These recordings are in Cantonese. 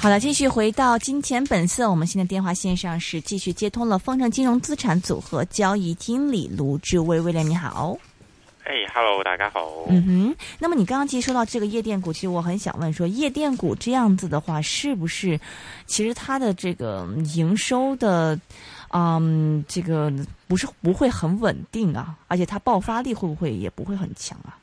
好的，继续回到金钱本色，我们现在电话线上是继续接通了方正金融资产组合交易经理卢志威威廉，你好。诶 h e l l o 大家好。嗯哼，那么你刚刚其实说到这个夜店股，其实我很想问说，夜店股这样子的话，是不是其实它的这个营收的，嗯，这个不是不会很稳定啊，而且它爆发力会不会也不会很强啊？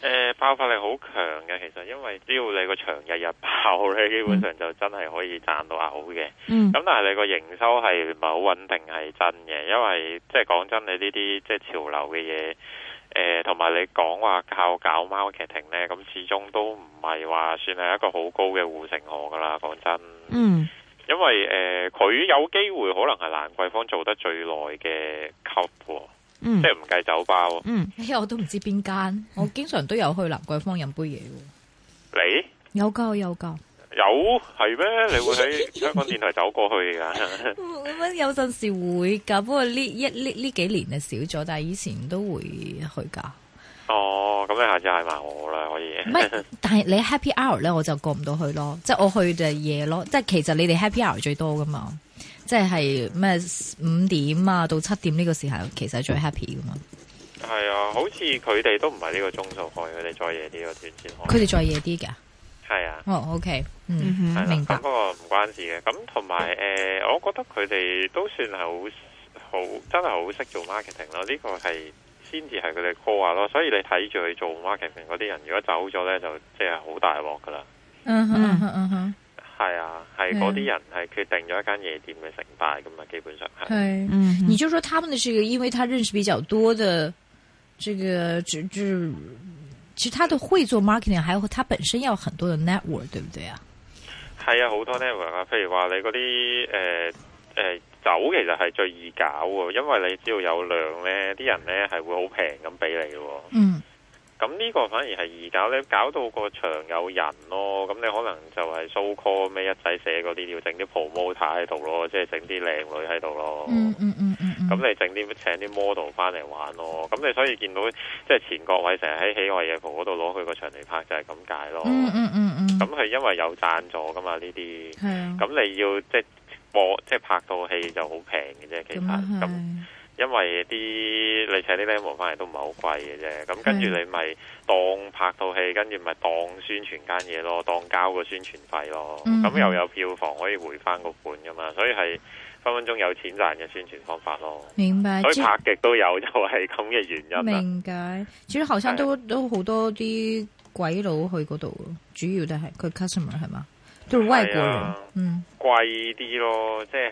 诶、爆發力好強嘅，其實因為只要你個場日日爆咧，基本上就真係可以賺到嘔嘅。嗯咁但係你個營收係唔係好穩定係真嘅，因為即係講真，你呢啲即係潮流嘅嘢，诶、同埋你講話靠搞 marketing 咧，咁始終都唔係話算係一個好高嘅護城河噶啦。講真，嗯因為诶佢、有機會可能係蘭桂坊做得最耐嘅 club，喎嗯即係唔計酒吧喎。嗯，哎呀，我都唔知邊 間，我經常都有去蘭桂坊飲杯嘢喎。你？有㗎，有㗎。有係咩？你會 喺香港電台走過去㗎？ 咁有陣時會㗎，不過呢一呢呢幾年啊就少咗，但係以前都會去㗎。哦，咁你下次嗌埋我啦，可以。唔係，但係你 Happy Hour 咧，我就過唔到去咯。即係我去就夜咯，即係其實你哋 Happy Hour 最多㗎嘛。即係咩五點啊到七點呢個時候，其實係最 happy 㗎嘛。係啊，好似佢哋都唔係呢個鐘數開，佢哋再夜啲個段先開。佢哋再夜啲㗎。係啊。哦，OK，嗯嗯，哼係啦，明白咁不過唔關事嘅。咁同埋誒，我覺得佢哋都算係好好，真係好識做 marketing 咯。呢、個係先至係佢哋 call 啊咯。所以你睇住佢做 marketing 嗰啲人，如果走咗咧，就即係好大鑊噶啦。嗯哼嗯哼嗯哼，係啊，係嗰嗯啲人係決定咗一間夜店嘅成敗噶嘛，基本上係。係。嗯你哼，就说他们的这个，因为他认识比较多的这个，只只，其实他的会做 marketing，还有他本身要很多的 network，对不对啊？係啊，好多 network 啊，譬如話你嗰啲誒誒酒其實係最易搞喎，因為你只要有量咧，啲人咧係會好平咁俾你嘅喎。嗯咁呢個反而係易搞咧，搞到個場有人咯，咁你可能就係 so call 咩一仔寫嗰啲，要整啲 promoter 喺度咯，即係整啲靚女喺度咯。嗯嗯嗯嗯嗯。咁你整啲請啲 model 翻嚟玩咯，咁你所以見到即係錢國偉成日喺喜愛夜蒲嗰度攞佢個場嚟拍就係咁解咯。嗯嗯嗯嗯。咁佢因為有贊助噶嘛呢啲。系啊。咁你要即係播即係拍套戲就好平嘅啫，其實咁啊係咁因為啲你請啲 demo 翻嚟都唔係好貴嘅啫，咁跟住係你咪當拍套戲，跟住咪當宣傳間嘢咯，當交個宣傳費咯，嗯咁又有票房可以回翻個本噶嘛，所以係分分鐘有錢賺嘅宣傳方法咯，明白。所即以拍啊極都有就係咁嘅原因啦。明解。其實後生都都好多啲鬼佬去嗰度，主要都係佢 customer 係嘛，都係外國係人啊。嗯貴啲咯，即係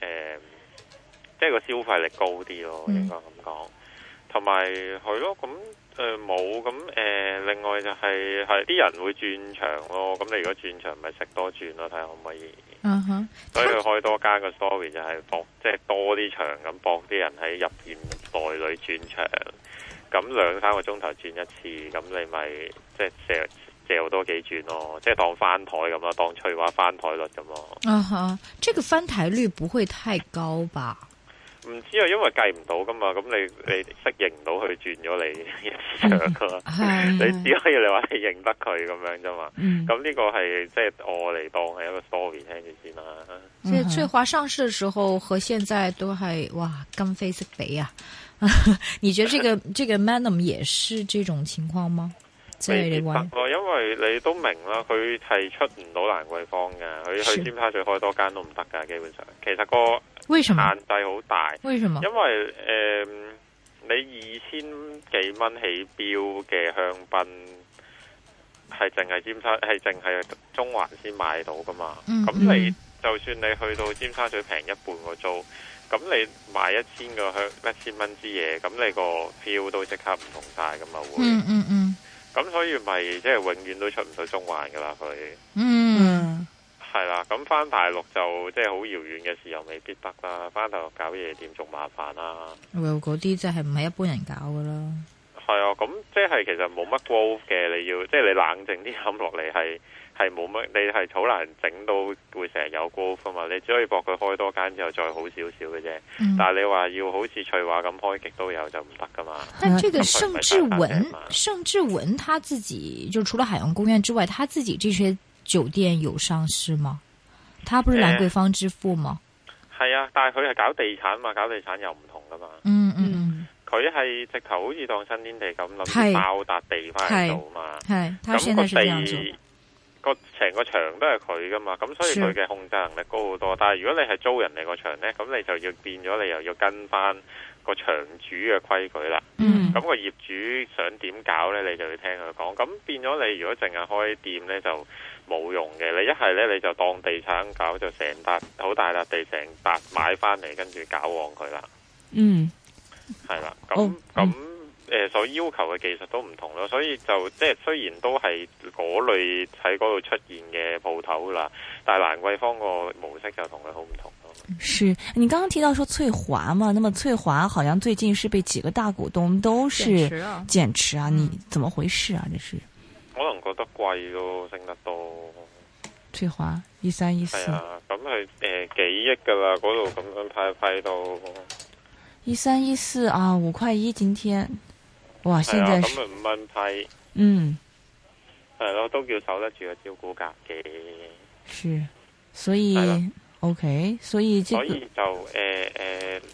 誒、即係個消費力高啲咯，嗯應該咁講。同埋係咯，咁誒冇咁誒，另外就係係啲人會轉場咯。咁你如果轉場，咪食多轉咯，睇下可唔可以。嗯哼。所以佢開多間個 story 就係博，即係多啲場咁博啲人喺入邊內裏轉場，咁兩三個鐘頭轉一次，咁你咪即係借借多幾轉咯，即係當翻台咁咯，當翠華翻台率咁咯。啊哈，这个翻台率不會太高吧？唔知啊，因為計唔到噶嘛，咁你你適應唔到佢轉咗你 一次場噶嘛，係。你只可以你話你認得佢咁樣啫嘛。嗯咁呢個係即係我嚟當係一個 story 聽住先啦。即係翠華上市的時候和現在都係哇今非昔比啊！ 你覺得 這個這個 Manum 也是這種情況嗎？即係未必你玩得咯，因為你都明啦，佢係出唔到蘭桂坊嘅，佢是去尖沙咀開多間都唔得㗎，基本上其實個為什麼？限制好大。為什麼？因為诶、嗯你二千幾蚊起標嘅香檳，係淨係尖沙，係淨係中環先買到噶嘛。嗯咁、嗯你就算你去到尖沙咀平一半個租，咁你買一千個香一千蚊支嘢，咁你個 feel 都即刻唔同晒噶嘛會。嗯嗯嗯咁、所以咪即係永遠都出唔到中環噶啦佢。嗯嗯係啦，咁翻大陸就即係好遙遠嘅事又未必得啦，翻大陸搞夜店仲麻煩啊啦。 ，Well 嗰啲真係唔係一般人搞噶啦。係啊，咁即係其實冇乜 growth 嘅，你要即係你冷靜啲諗落嚟，係 係冇乜，你係好難整到會成日有 growth 噶嘛。你只可以搏佢開多間之後再好少少嘅啫。嗯但係你話要好似翠華咁開極都有就唔得噶嘛。但這個盛志嗯文，盛志文他自己就除了海洋公園之外，他自己這些酒店有上市吗？他不是兰桂坊之父吗？係啊，但係佢係搞地產嘛，搞地產又唔同噶嘛。嗯嗯，佢係直頭好似當新天地咁諗係住爆笪地翻嚟做嘛。系，他咁现個在是这样做的地個成個場都係佢噶嘛，咁所以是佢嘅控制能力高好多。但係如果你係租人哋個場呢，咁你就要變咗，你又要跟翻個場主嘅規矩啦。嗯咁個業主想點搞呢？你就要聽佢講。咁變咗你如果淨係開店呢，就冇用嘅。你一係呢，你就當地產搞，就成笪好大笪地，成笪買翻嚟，跟住搞旺佢啦。嗯係啦，哦咁咁誒所要求嘅技術都唔同咯，所以就即係雖然都係嗰類喺嗰度出現嘅鋪頭啦，但係蘭桂坊個模式就同佢好唔同咯。是你刚刚提到说翠华嘛，那么翠华好像最近是被几个大股东都是啊，减持啊，嗯你怎么回事啊？这是可能覺得貴咯，升得多，翠华一三一四係啊，咁佢誒幾億噶啦，嗰度咁樣派派到，一三一四啊，五块一今天，哇，係现啊，在是咁咪五蚊批，嗯係咯，都叫守得住個招股價嘅，是，所以係啦 OK，所以这哎所个嗯以就誒誒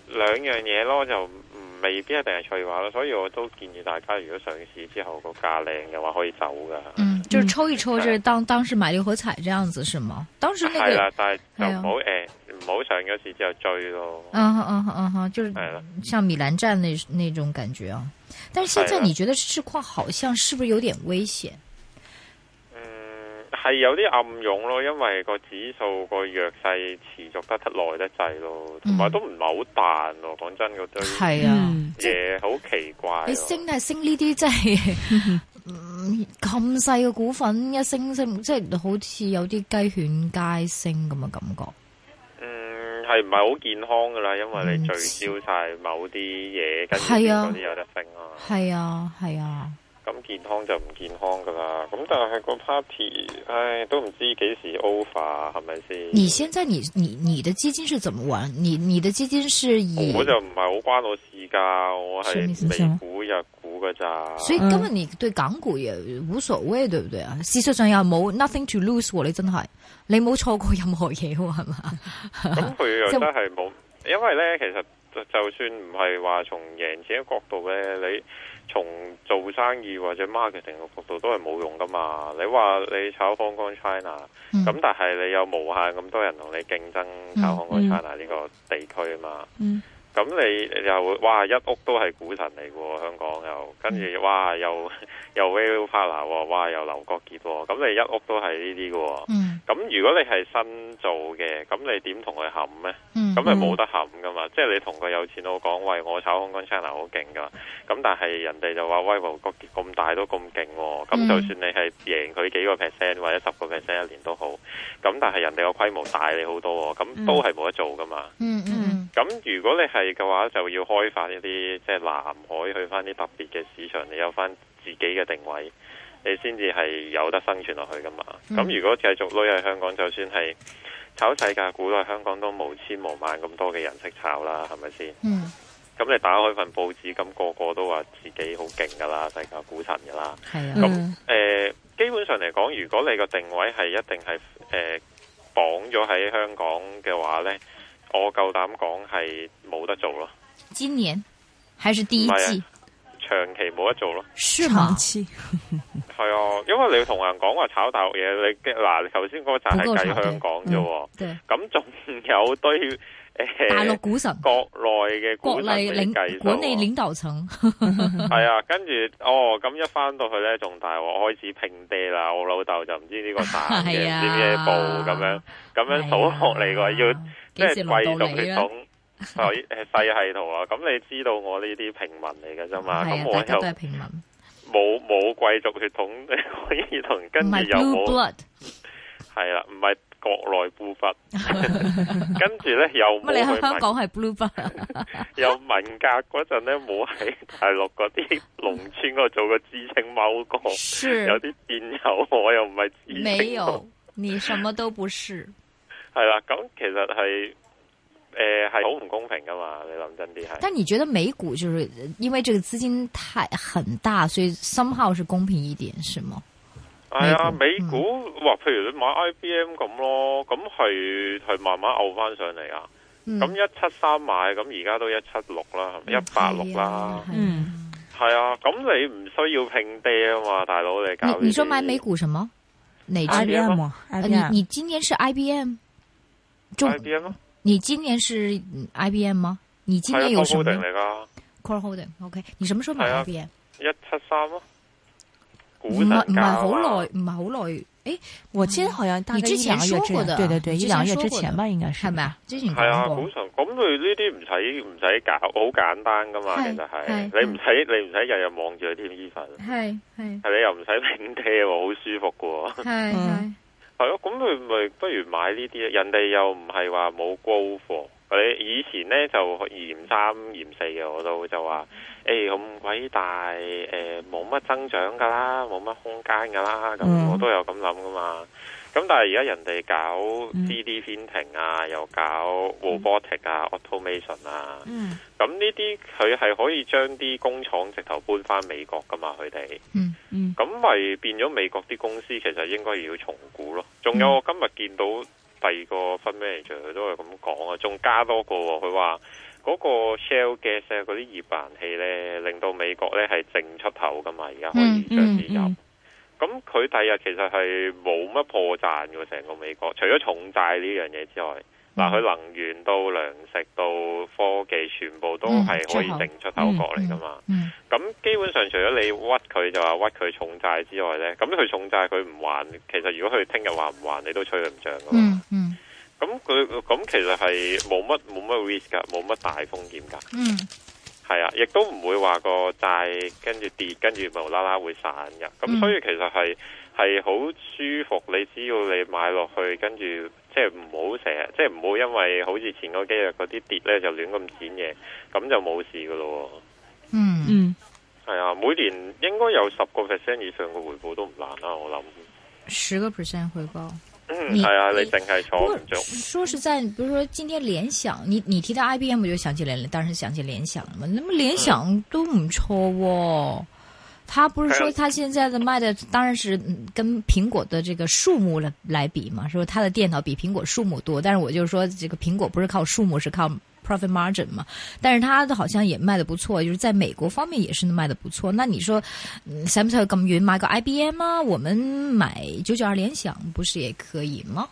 兩樣嘢咯，就唔未必一定係翠華咯，所以我都建議大家如果上市之後個價靚嘅話，可以走噶。嗯，就是嗯抽一抽，就是当当时买六合彩这样子是吗？当时那係个啦，但係就唔好誒唔好上咗市之後追咯。啊嗯哼嗯哼嗯哼，就是係啦像米兰站那那种感觉啊。但是现在係啊你觉得市况好像是不是有点危险？嗯，係有啲暗湧咯，因為個指數個弱勢持續得耐得滯咯，同埋嗯都唔係好彈喎。講真，嗰堆係啊，嗯嘢好奇怪咯。你升係升呢啲，即係嗯咁細嘅股份一升升，即係好似有啲雞犬皆升咁嘅感覺。嗯，係唔係好健康噶啦？因為你聚焦晒某啲嘢，跟住嗯係啊嗰啲有得升啊。係啊，係啊，咁健康就唔健康噶啦。咁但係個 party，唉，都唔知幾時 over 係咪先？你現在你你你的基金是怎麼玩？你你的基金是以，我就唔係好關我事噶，我什麼意係思什麼美股日股噶咋。所以根本你對港股也無所謂，對唔對啊？事實上又冇 nothing to lose 喎，你真係你冇錯過任何嘢喎，係嘛？咁佢又 即真係係冇，因為呢，其實就就算唔係話從贏錢嘅角度呢，你從做生意或者 marketing 嘅角度都係冇用噶嘛。你話你炒 Hong Kong China。嗯咁但係你有無限咁多人同你競爭靠香嗯港 China 呢個地區啊嘛，嗯咁你又會哇一屋都係股神嚟嘅喎，香港又跟住哇又 又 Will Partner 喎，哇又劉國傑喎，咁你一屋都係呢啲嘅喎。嗯咁如果你係新做嘅，咁你點同佢冚呢？嗯咁你冇得冚噶嘛？即係你同個有錢佬講，喂，我炒香港 China 好勁噶，咁但係人哋就話，喂，個結咁大都咁勁喎，咁嗯就算你係贏佢幾個 percent 或者十個 percent 一年都好，咁但係人哋個規模大你好多喎，咁都係冇得做噶嘛。嗯嗯咁如果你係嘅話，就要開發一啲即係南海去翻啲特別嘅市場，你有翻自己嘅定位，你先至係有得生存落去噶嘛。嗯咁、如果繼續攞喺香港，就算係炒世界股喺香港都無千無萬咁多嘅人識炒啦，係咪先？嗯，咁你打開份報紙，咁個個都話自己好勁噶啦，世界股神噶啦。係啊，咁誒、基本上嚟講，如果你個定位係一定係誒、綁咗喺香港嘅話呢，我夠膽講係冇得做咯，今年還是第一唔係季啊長期冇得做咯。是长嗎？期係啊，因為你同人講話炒大陸嘢，你嗱你頭先嗰集係不過計炒嘅香港啫喎，對，咁仲、有堆誒、大陸股神。國內嘅股國神內嚟計領數管理喎領導層，係啊，跟住哦，咁一翻到去咧，仲大鑊，開始拼爹啦！我老豆就唔知呢個省嘅，唔、係啊知咩部咁樣，咁樣數落嚟話要即係幾時輪貴到族你啊血咧？統。 細誒細系圖啊，咁你知道我呢啲平民嚟嘅啫嘛，係咁啊，我大家又都係平民，唔冇冇貴族血統 可以同，跟住係又 blue 冇 blood，係啦，唔係國內布忽，跟住咧又乜冇你喺去香文港係 blue blood，又文革嗰陣咧冇喺大陸嗰啲農村嗰度做個知青踎 過。有是啲戰友我又唔係知情沒有，你什麼都不是，係啦，咁其實係誒係好唔公平噶嘛，你諗真啲係。但你覺得美股就是因為這個資金太很大，所以 somehow 是公平一點，是嗎？誒、係啊，嗯美美股股哇，譬如你買 IBM 咁咯，咁係係慢慢漚翻上嚟啊。嗯咁一七三買，咁而家都一七六啦，係咪一八六啦？嗯嗯，係啊，咁你唔需要拼爹啊嘛，大佬你搞呢啲。你你说买美股什么？哪只？ IBM 呃啊你，IBM 你今年是 IBM 中？ IBM 咯，你今年是嗯 IBM 吗？你今係啊年有什 c 么 o 定嚟噶， ？Core Holding，OK？、你什么时候买係啊 IBM？一七三咯，股神價唔係唔係啊好嘛耐，唔係好耐，誒我记得好像大概你之一前两个月说之过的对对对，你一之前两个月之说过的前吧，应该是係咪？啊？之前系啊，講股過，神咁佢呢啲唔使唔使搞，好簡單噶嘛，係其實係係你唔使你唔使日日望住佢添衣粉，係係係你又唔使拼爹喎，好舒服噶喎。係嗯係係咯，咁佢咪不如買呢啲，啊人哋又唔係話冇高貨。你以前呢就嫌三嫌四嘅，我都就話誒咁偉大誒，冇、乜增長㗎啦，冇乜空間㗎啦，咁、嗯我都有咁諗㗎嘛。咁但係而家人哋搞嗯 3D printing 啊，又搞 robotic 啊、automation 啊，嗯咁呢啲佢係可以將啲工廠直頭搬翻美國㗎嘛，佢哋。嗯咁咪變咗美國啲公司其實應該要重估咯。仲有嗯我今日見到第二個分 manager 佢都係咁講啊，仲加多個喎佢話嗰個 Shell Gas 啊嗰啲頁岩氣呢，令到美國呢係淨出口噶嘛，而家可以嗯將啲入嗯。咁佢第日其實係冇乜破綻嘅，成個美國除咗重債呢樣嘢之外，嗯嗱佢能源到糧食到科技，全部都係可以嗯出口淨出口國嚟噶嘛。嗯咁基本上除咗你屈佢就話屈佢重債之外呢，咁佢重債佢唔還，其實如果佢聽日還唔還，你都吹佢唔漲噶嘛嗯。嗯咁佢咁其實係冇乜冇乜 risk 噶，冇乜大風險噶，嗯係啊，亦都唔會話個債跟住跌，跟住無啦啦會散噶。咁嗯所以其實係係好舒服，你只要你買落去，跟住即係唔好成日，即係唔好因為好似前嗰幾日嗰啲跌呢，就亂咁剪嘢，咁就冇事噶咯喎。嗯嗯，嗯，系啊，每年應該有十個 percent 以上嘅回報都唔難啦，我諗。十個 percent 回報。嗯，你係啊，你你淨係不坐過唔足。说實在，比如說今天聯想，你你提到 IBM，我就想起來了，當然想起聯想了嘛。那麼聯想都唔錯哦，他不是說嗯他現在的賣的當然是嗯跟蘋果的這個數目來來比嘛，說他的電腦比蘋果數目多，但是我就說這個蘋果不是靠數目，是靠 profit margin 嘛。但是他的好像也賣得不錯，就是在美國方面也是賣得不錯。那你說，嗯使唔使去咁遠買個 IBM 啊？我們買九九二聯想不是也可以嗎？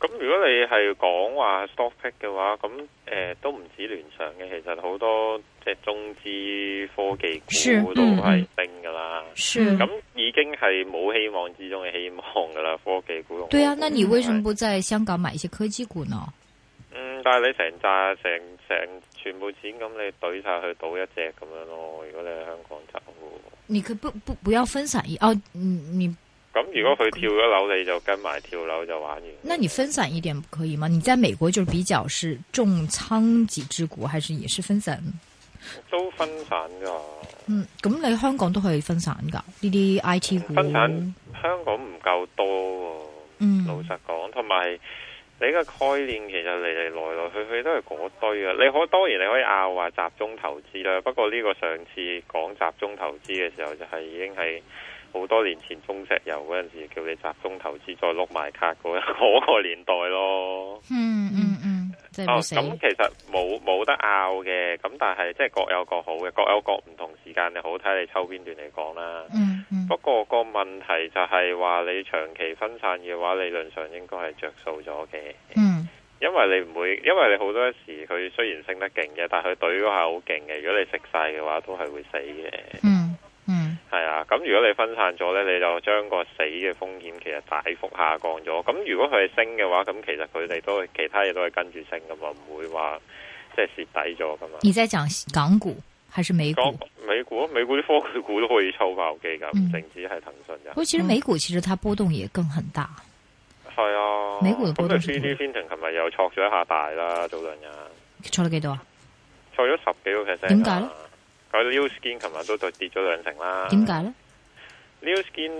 咁如果你係講話 stock pick 嘅話，咁诶、呃都唔止聯想嘅，其實好多即係中資科技是股都嗯係嗯升㗎啦。是咁、已經係冇希望之中嘅希望㗎啦，科技股同对科，啊技那股你为什么係不在香港买一些科技股呢？嗯，但係你成扎成成全部錢咁，你懟晒去賭一隻咁樣咯。如果你喺香港走。你可不不不要分散一哦，你你咁如果佢跳咗樓，你就跟埋跳樓就玩完。那你分散一点不可以吗？你在美国就是比较是重仓几只股，还是也是分散？都分散噶，嗯，咁你香港都可以分散噶呢啲 I T 股。分散香港唔夠多喎。嗯老實講，同埋你個概念其實嚟嚟來來去去都係嗰堆啊。你可當然你可以拗話集中投資啦，不過呢個上次講集中投資嘅時候，就係已經係好多年前中石油嗰陣時叫你集中投資再碌埋卡嗰嗰個年代咯。嗯嗯嗯，即系哦，冇死咁。其實冇冇得拗嘅，咁但係即係各有各好嘅，各有各唔同時間你好睇你抽邊段嚟講啦。嗯嗯不過個問題就係話你長期分散嘅話，理論上應該係着數咗嘅，嗯因為你唔會，因為你好多時佢雖然升得勁嘅，但係佢懟嗰下好勁嘅，如果你食晒嘅話，都係會死嘅。嗯嗯係啊，咁如果你分散咗呢，你就將個死嘅風險其實大幅下降咗。咁如果佢係升嘅話，咁其實佢哋都係其他嘢都係跟住升噶嘛，唔會話即係蝕底咗噶嘛。你在讲港股还是美股？講美股，美股啲科技股都可以抽爆機㗎，唔嗯淨止係騰訊啊㗎。不過其实美股其实它波動也更很大。系啊，美股嘅咁波就動 3D 係點 printing 琴日又挫咗一下大啦，早兩日錯咗幾多啊？挫咗十幾個 percent。點解咧？啊佢 New Skin 琴日都就跌咗兩成啦。點解咧？ New Skin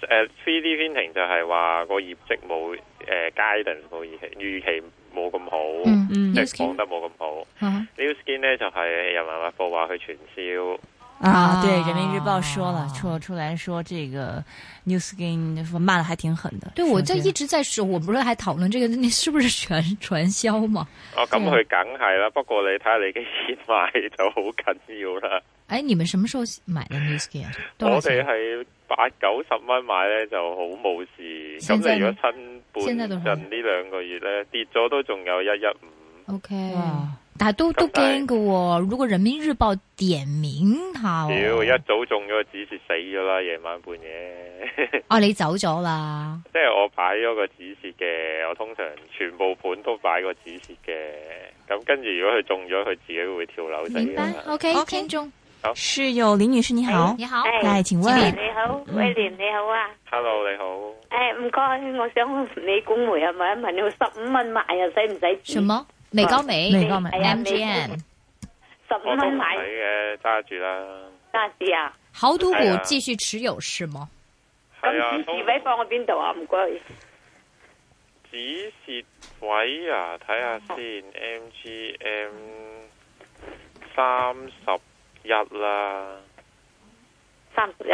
誒 3D printing 就係話個業績冇誒 guidance 冇預期，預期冇咁好，嗯嗯即 New 係講 Skin 得冇咁好。啊 New Skin 咧就係人民日報話佢傳銷，啊，啊对，《人民日报》说了，出出来说这个 New Skin 说骂的还挺狠的。对，我这就一直在说，我们不是还讨论这个，那是不是传传销嘛？哦，咁佢梗係啦，不過你睇下你幾錢買就好緊要啦。 哎，你们什么时候买的 New Skin？啊多少我哋钱？係八九十蚊買呢就好冇事，咁現在你如呢果新現在半多陣少呢兩個月呢，跌咗都仲有一一五， OK，哇，但系都都咁但係惊噶、喎。如果人民日报点名他、哦，屌一早中咗個指示死咗啦，夜晚半夜。啊，你走咗啦，即係我擺咗個指示嘅，我通常全部盤都擺個指示嘅，咁跟住如果佢中咗，佢自己會跳樓死明㗎白嘛。 ？OK，, OK 听众是有林女士你好，你好，哎来，请喂，问你好，威廉你好啊！ Hello，你好。诶、唔该，我想美股煤啊，问一问，你十五蚊买啊，使唔使？什？么？美高梅，美高梅哎呀美 MGM，十五我都蚊唔买睇嘅，揸住啦。揸士啊？豪赌股哎呀继续持有是吗？咁係啊，指都示位放喺边度啊？唔该，指示位啊，睇下先，MGM 三十一啦，三十一，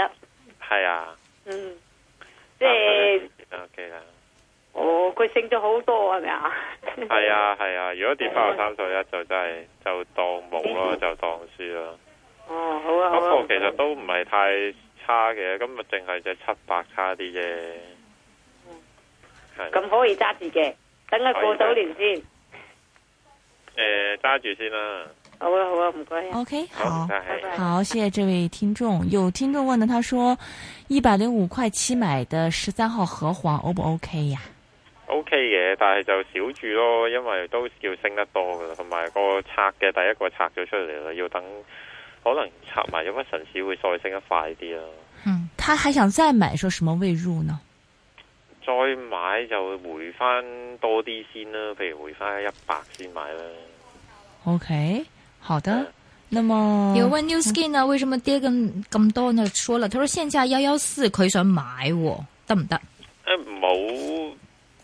係啊，嗯，即系 OK 啦，哦，佢升咗好多系咪啊？係啊係啊，如果跌翻去三十一就真係就當冇咯，就當輸咯。 哦，好啊，不好過啊其，實都唔係太差嘅，今日淨係只七百差啲啫。係咁可以揸住嘅，等佢过到年先。誒揸住先啦，好啊，好啊，唔该啊， ，OK，好好唔。拜該拜。好，谢谢这位听众。有听众问呢，他说一百零五块七买的十三号和黄 O 不 OK 呀、 O K 嘅，但係就少住咯，因為都叫升得多噶啦，同埋個拆嘅第一個拆咗出嚟啦，要等可能拆埋咗乜神市會再升得快啲咯。嗯，他还想再买，说什么未入呢？再買就回翻多啲先啦，譬如回翻一百先買啦。 OK，好的。那么嗯有问 New Skin 啊，为什么跌咁咁多呢？说了，他说现价幺幺四，佢想买喎，得唔得誒冇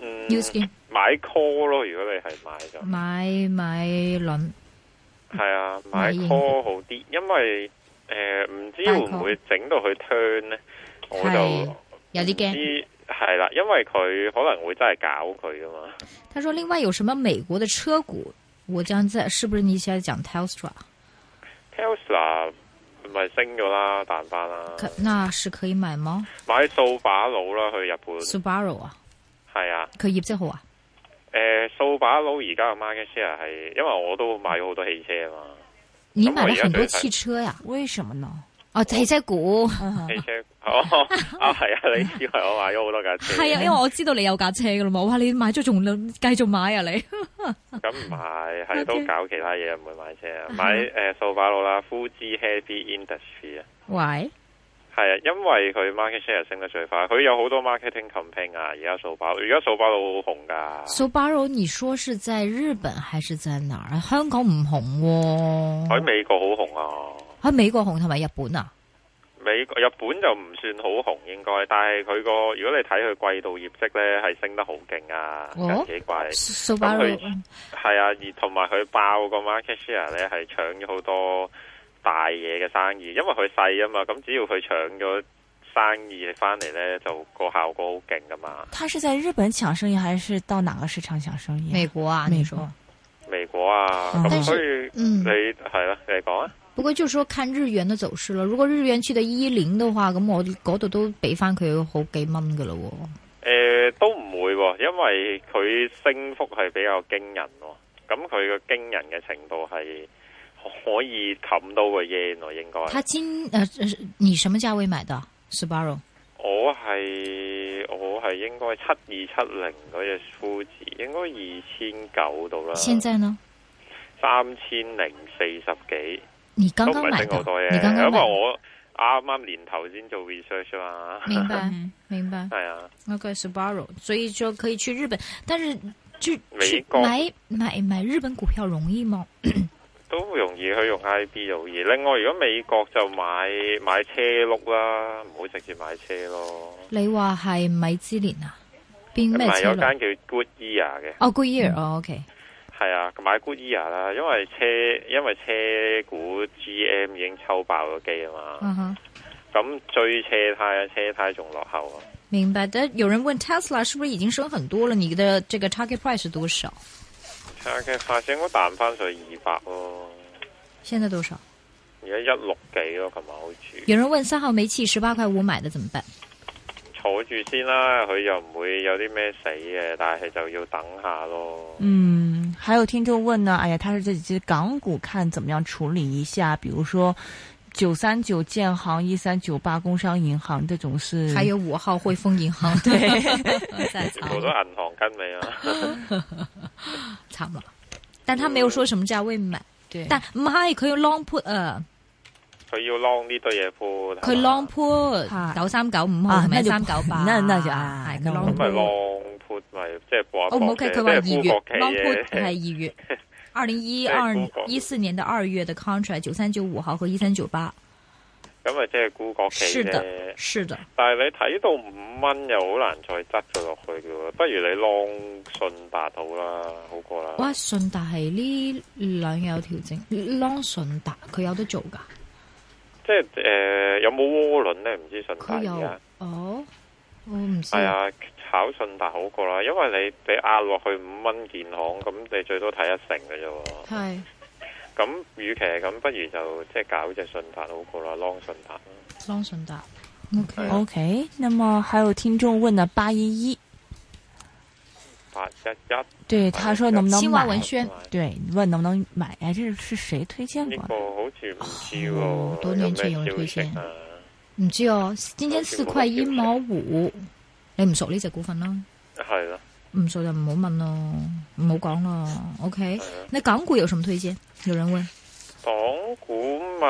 嗯？New Skin 買 call 咯，如果你係買就。买买轮，系啊，買買應 call 好啲，因為诶唔、知大會唔會整到佢 turn 咧，我係就有啲唔惊。知係啦，因為佢可能會真係搞佢噶嘛。他说另外有什么美国的车股？我将在是不是你现在讲 Telstra？ Tesla 咪升咗啦，彈翻啦，可那是可以买吗買掃把佬啦去日本， ？Subaru 啊，係啊，佢业绩好啊，诶、掃把佬而家嘅 market share 係，因為我都買咗好多汽車啊嘛，你买了很多汽车呀？为什么呢？哦，汽车股嗯哼汽車哦 啊係啊，你以為我買咗好多架車？ 系啊，因为我知道你有架车噶啦嘛。哇，你买咗仲继续买啊 你？咁唔係，係 Okay 都搞其他嘢，唔會買車啊，買誒掃把佬啦，富士 Heavy Industry 啊，喂，係啊，因為佢 market share 升得最快，佢有好多 marketing campaign 啊，而家掃把，而家掃把佬好紅噶， Subaru，你说是在日本还是在哪儿？香港唔红喎、喺美國好紅啊，喺美國紅同埋日本啊？美國日本就唔算好紅應該，但係佢個如果你睇佢季度業績咧，係升得好勁啊，哦近幾季 Subaru 佢係啊，而同埋佢爆個 market share 咧係搶咗好多大嘢嘅生意，因為佢細啊嘛，咁只要佢搶咗生意翻嚟咧，就個效果好勁噶嘛。他是在日本抢生意，还是到哪个市场抢生意啊？美國啊？你说美國美國啊，嗯咁但是所以嗯你係啦，你講啊，不過就說看日元嘅走勢啦。如果日元去到一零嘅話，咁我嗰度都俾翻佢好幾蚊噶咯。誒、都唔會喎，因為佢升幅係比較驚人喎，咁佢個驚人嘅程度係可以冚到個 yen 喎，應該。他今呃，呃你什麼價位買的啊 Subaru？我係我係應該七二七零嗰只數字，應該二千九到啦，現在呢？三千零四十幾，你都唔剛剛係買升的好多，你嘅，剛剛因為買的，我啱啱年頭先做 research 啊嘛，明白明白。係啊， OK Subaru，所以就可以去日本，但是去美去國買買買日本股票容易嗎？都容易去用 IB 容易。另外，如果美國就買買車碌啦，唔好直接買車咯。你話係米芝蓮啊？邊唔咩係車有路？間叫 Goodyear 嘅，哦，Goodyear 哦，OK。係啊，買 Goodyear 啦，因為車因為車股 GM 已經抽爆咗機啊嘛。嗯哼，咁追車胎，車胎仲落後啊！明白。但有人问 Tesla 是不是已经升很多了？你的这个 target price 是多少？睇下佢發展應該彈翻上二百咯，现在多少？而家一六幾咯，琴晚好似有人问三号煤气十八块五买的怎么办？坐住先啦，佢又唔會有啲咩死嘅，但係就要等下咯。嗯，还有听众问呢，哎呀，他是这几只港股看怎么样处理一下，比如说九三九建行、一三九八工商银行这种是，还有五号汇丰银 行， 对，在全藏部都銀行跟尾啊！藏了，但他没有说什么价位买。对，但唔係佢要 long put 啊，佢要 long 呢堆嘢 pull，佢 long put 啊九三九五號同啊那埋就三九八，那那就啊係佢咁 long 咪 put。 long put 咪即係搏哦，一唔搏嘅，好即計，佢話二係沽月國企 long put 係嘅。二 月，二零一即二係沽國一四年的二月的 contract 九三九五號和一三九八，咁咪即係沽國企是的啫，。是的，但係你睇到五蚊又好難再執佢落去嘅喎，不如你 long 信達好啦，好過啦。哇！順達係呢兩日有調整，long 順達佢有得做㗎，即係誒、有冇窩輪咧？唔知信達佢而有家哦，我唔知啊係。啊，炒信達好過啦，因為你你壓落去五蚊建行，咁你最多睇一成嘅啫喎。係咁與其係咁，不如就即係搞只信達好過啦，long 信達啦。 long 順達，OK 係 啊 OK，那么还有听众问呢，八一一，八一一对，他说能不能哎新华买？文轩对，问能不能买？哎，这是谁推荐呢过的？個好似唔知喎，哦多年前有人有推咩消薦息啊？唔知哦，今天四块一毛五，你唔熟呢只股份啦，係咯，唔熟就唔好問咯，唔好講咯。OK，係啊那港股有什麼推薦？有人問，港股咪。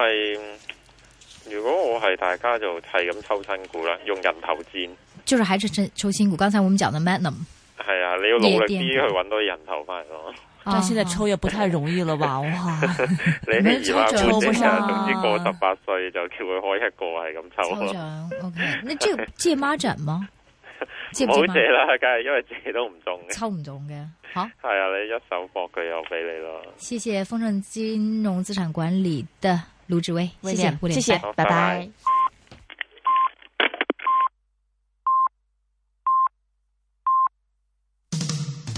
如果我係大家就係咁抽新股啦，用人頭戰。就是還是抽抽新股。剛才我們講的 Magnum，係啊，你要努力啲夜去店揾多啲人頭翻嚟咯。但現在啊抽也不太容易了吧？ 哇，你啲二抽萬獎半整啊，抽總獎之過十八歲就叫佢開一個係咁抽 抽咯。獎 OK，那這個借孖 展嗎？借唔唔借啊好孖借展？啦，梗係因為借都唔中嘅。抽唔中嘅，好。係啊，你一手搏佢又俾你咯。謝謝豐盛金融資產管理的盧志威，謝謝 William，胡連謝拜謝，拜拜拜拜。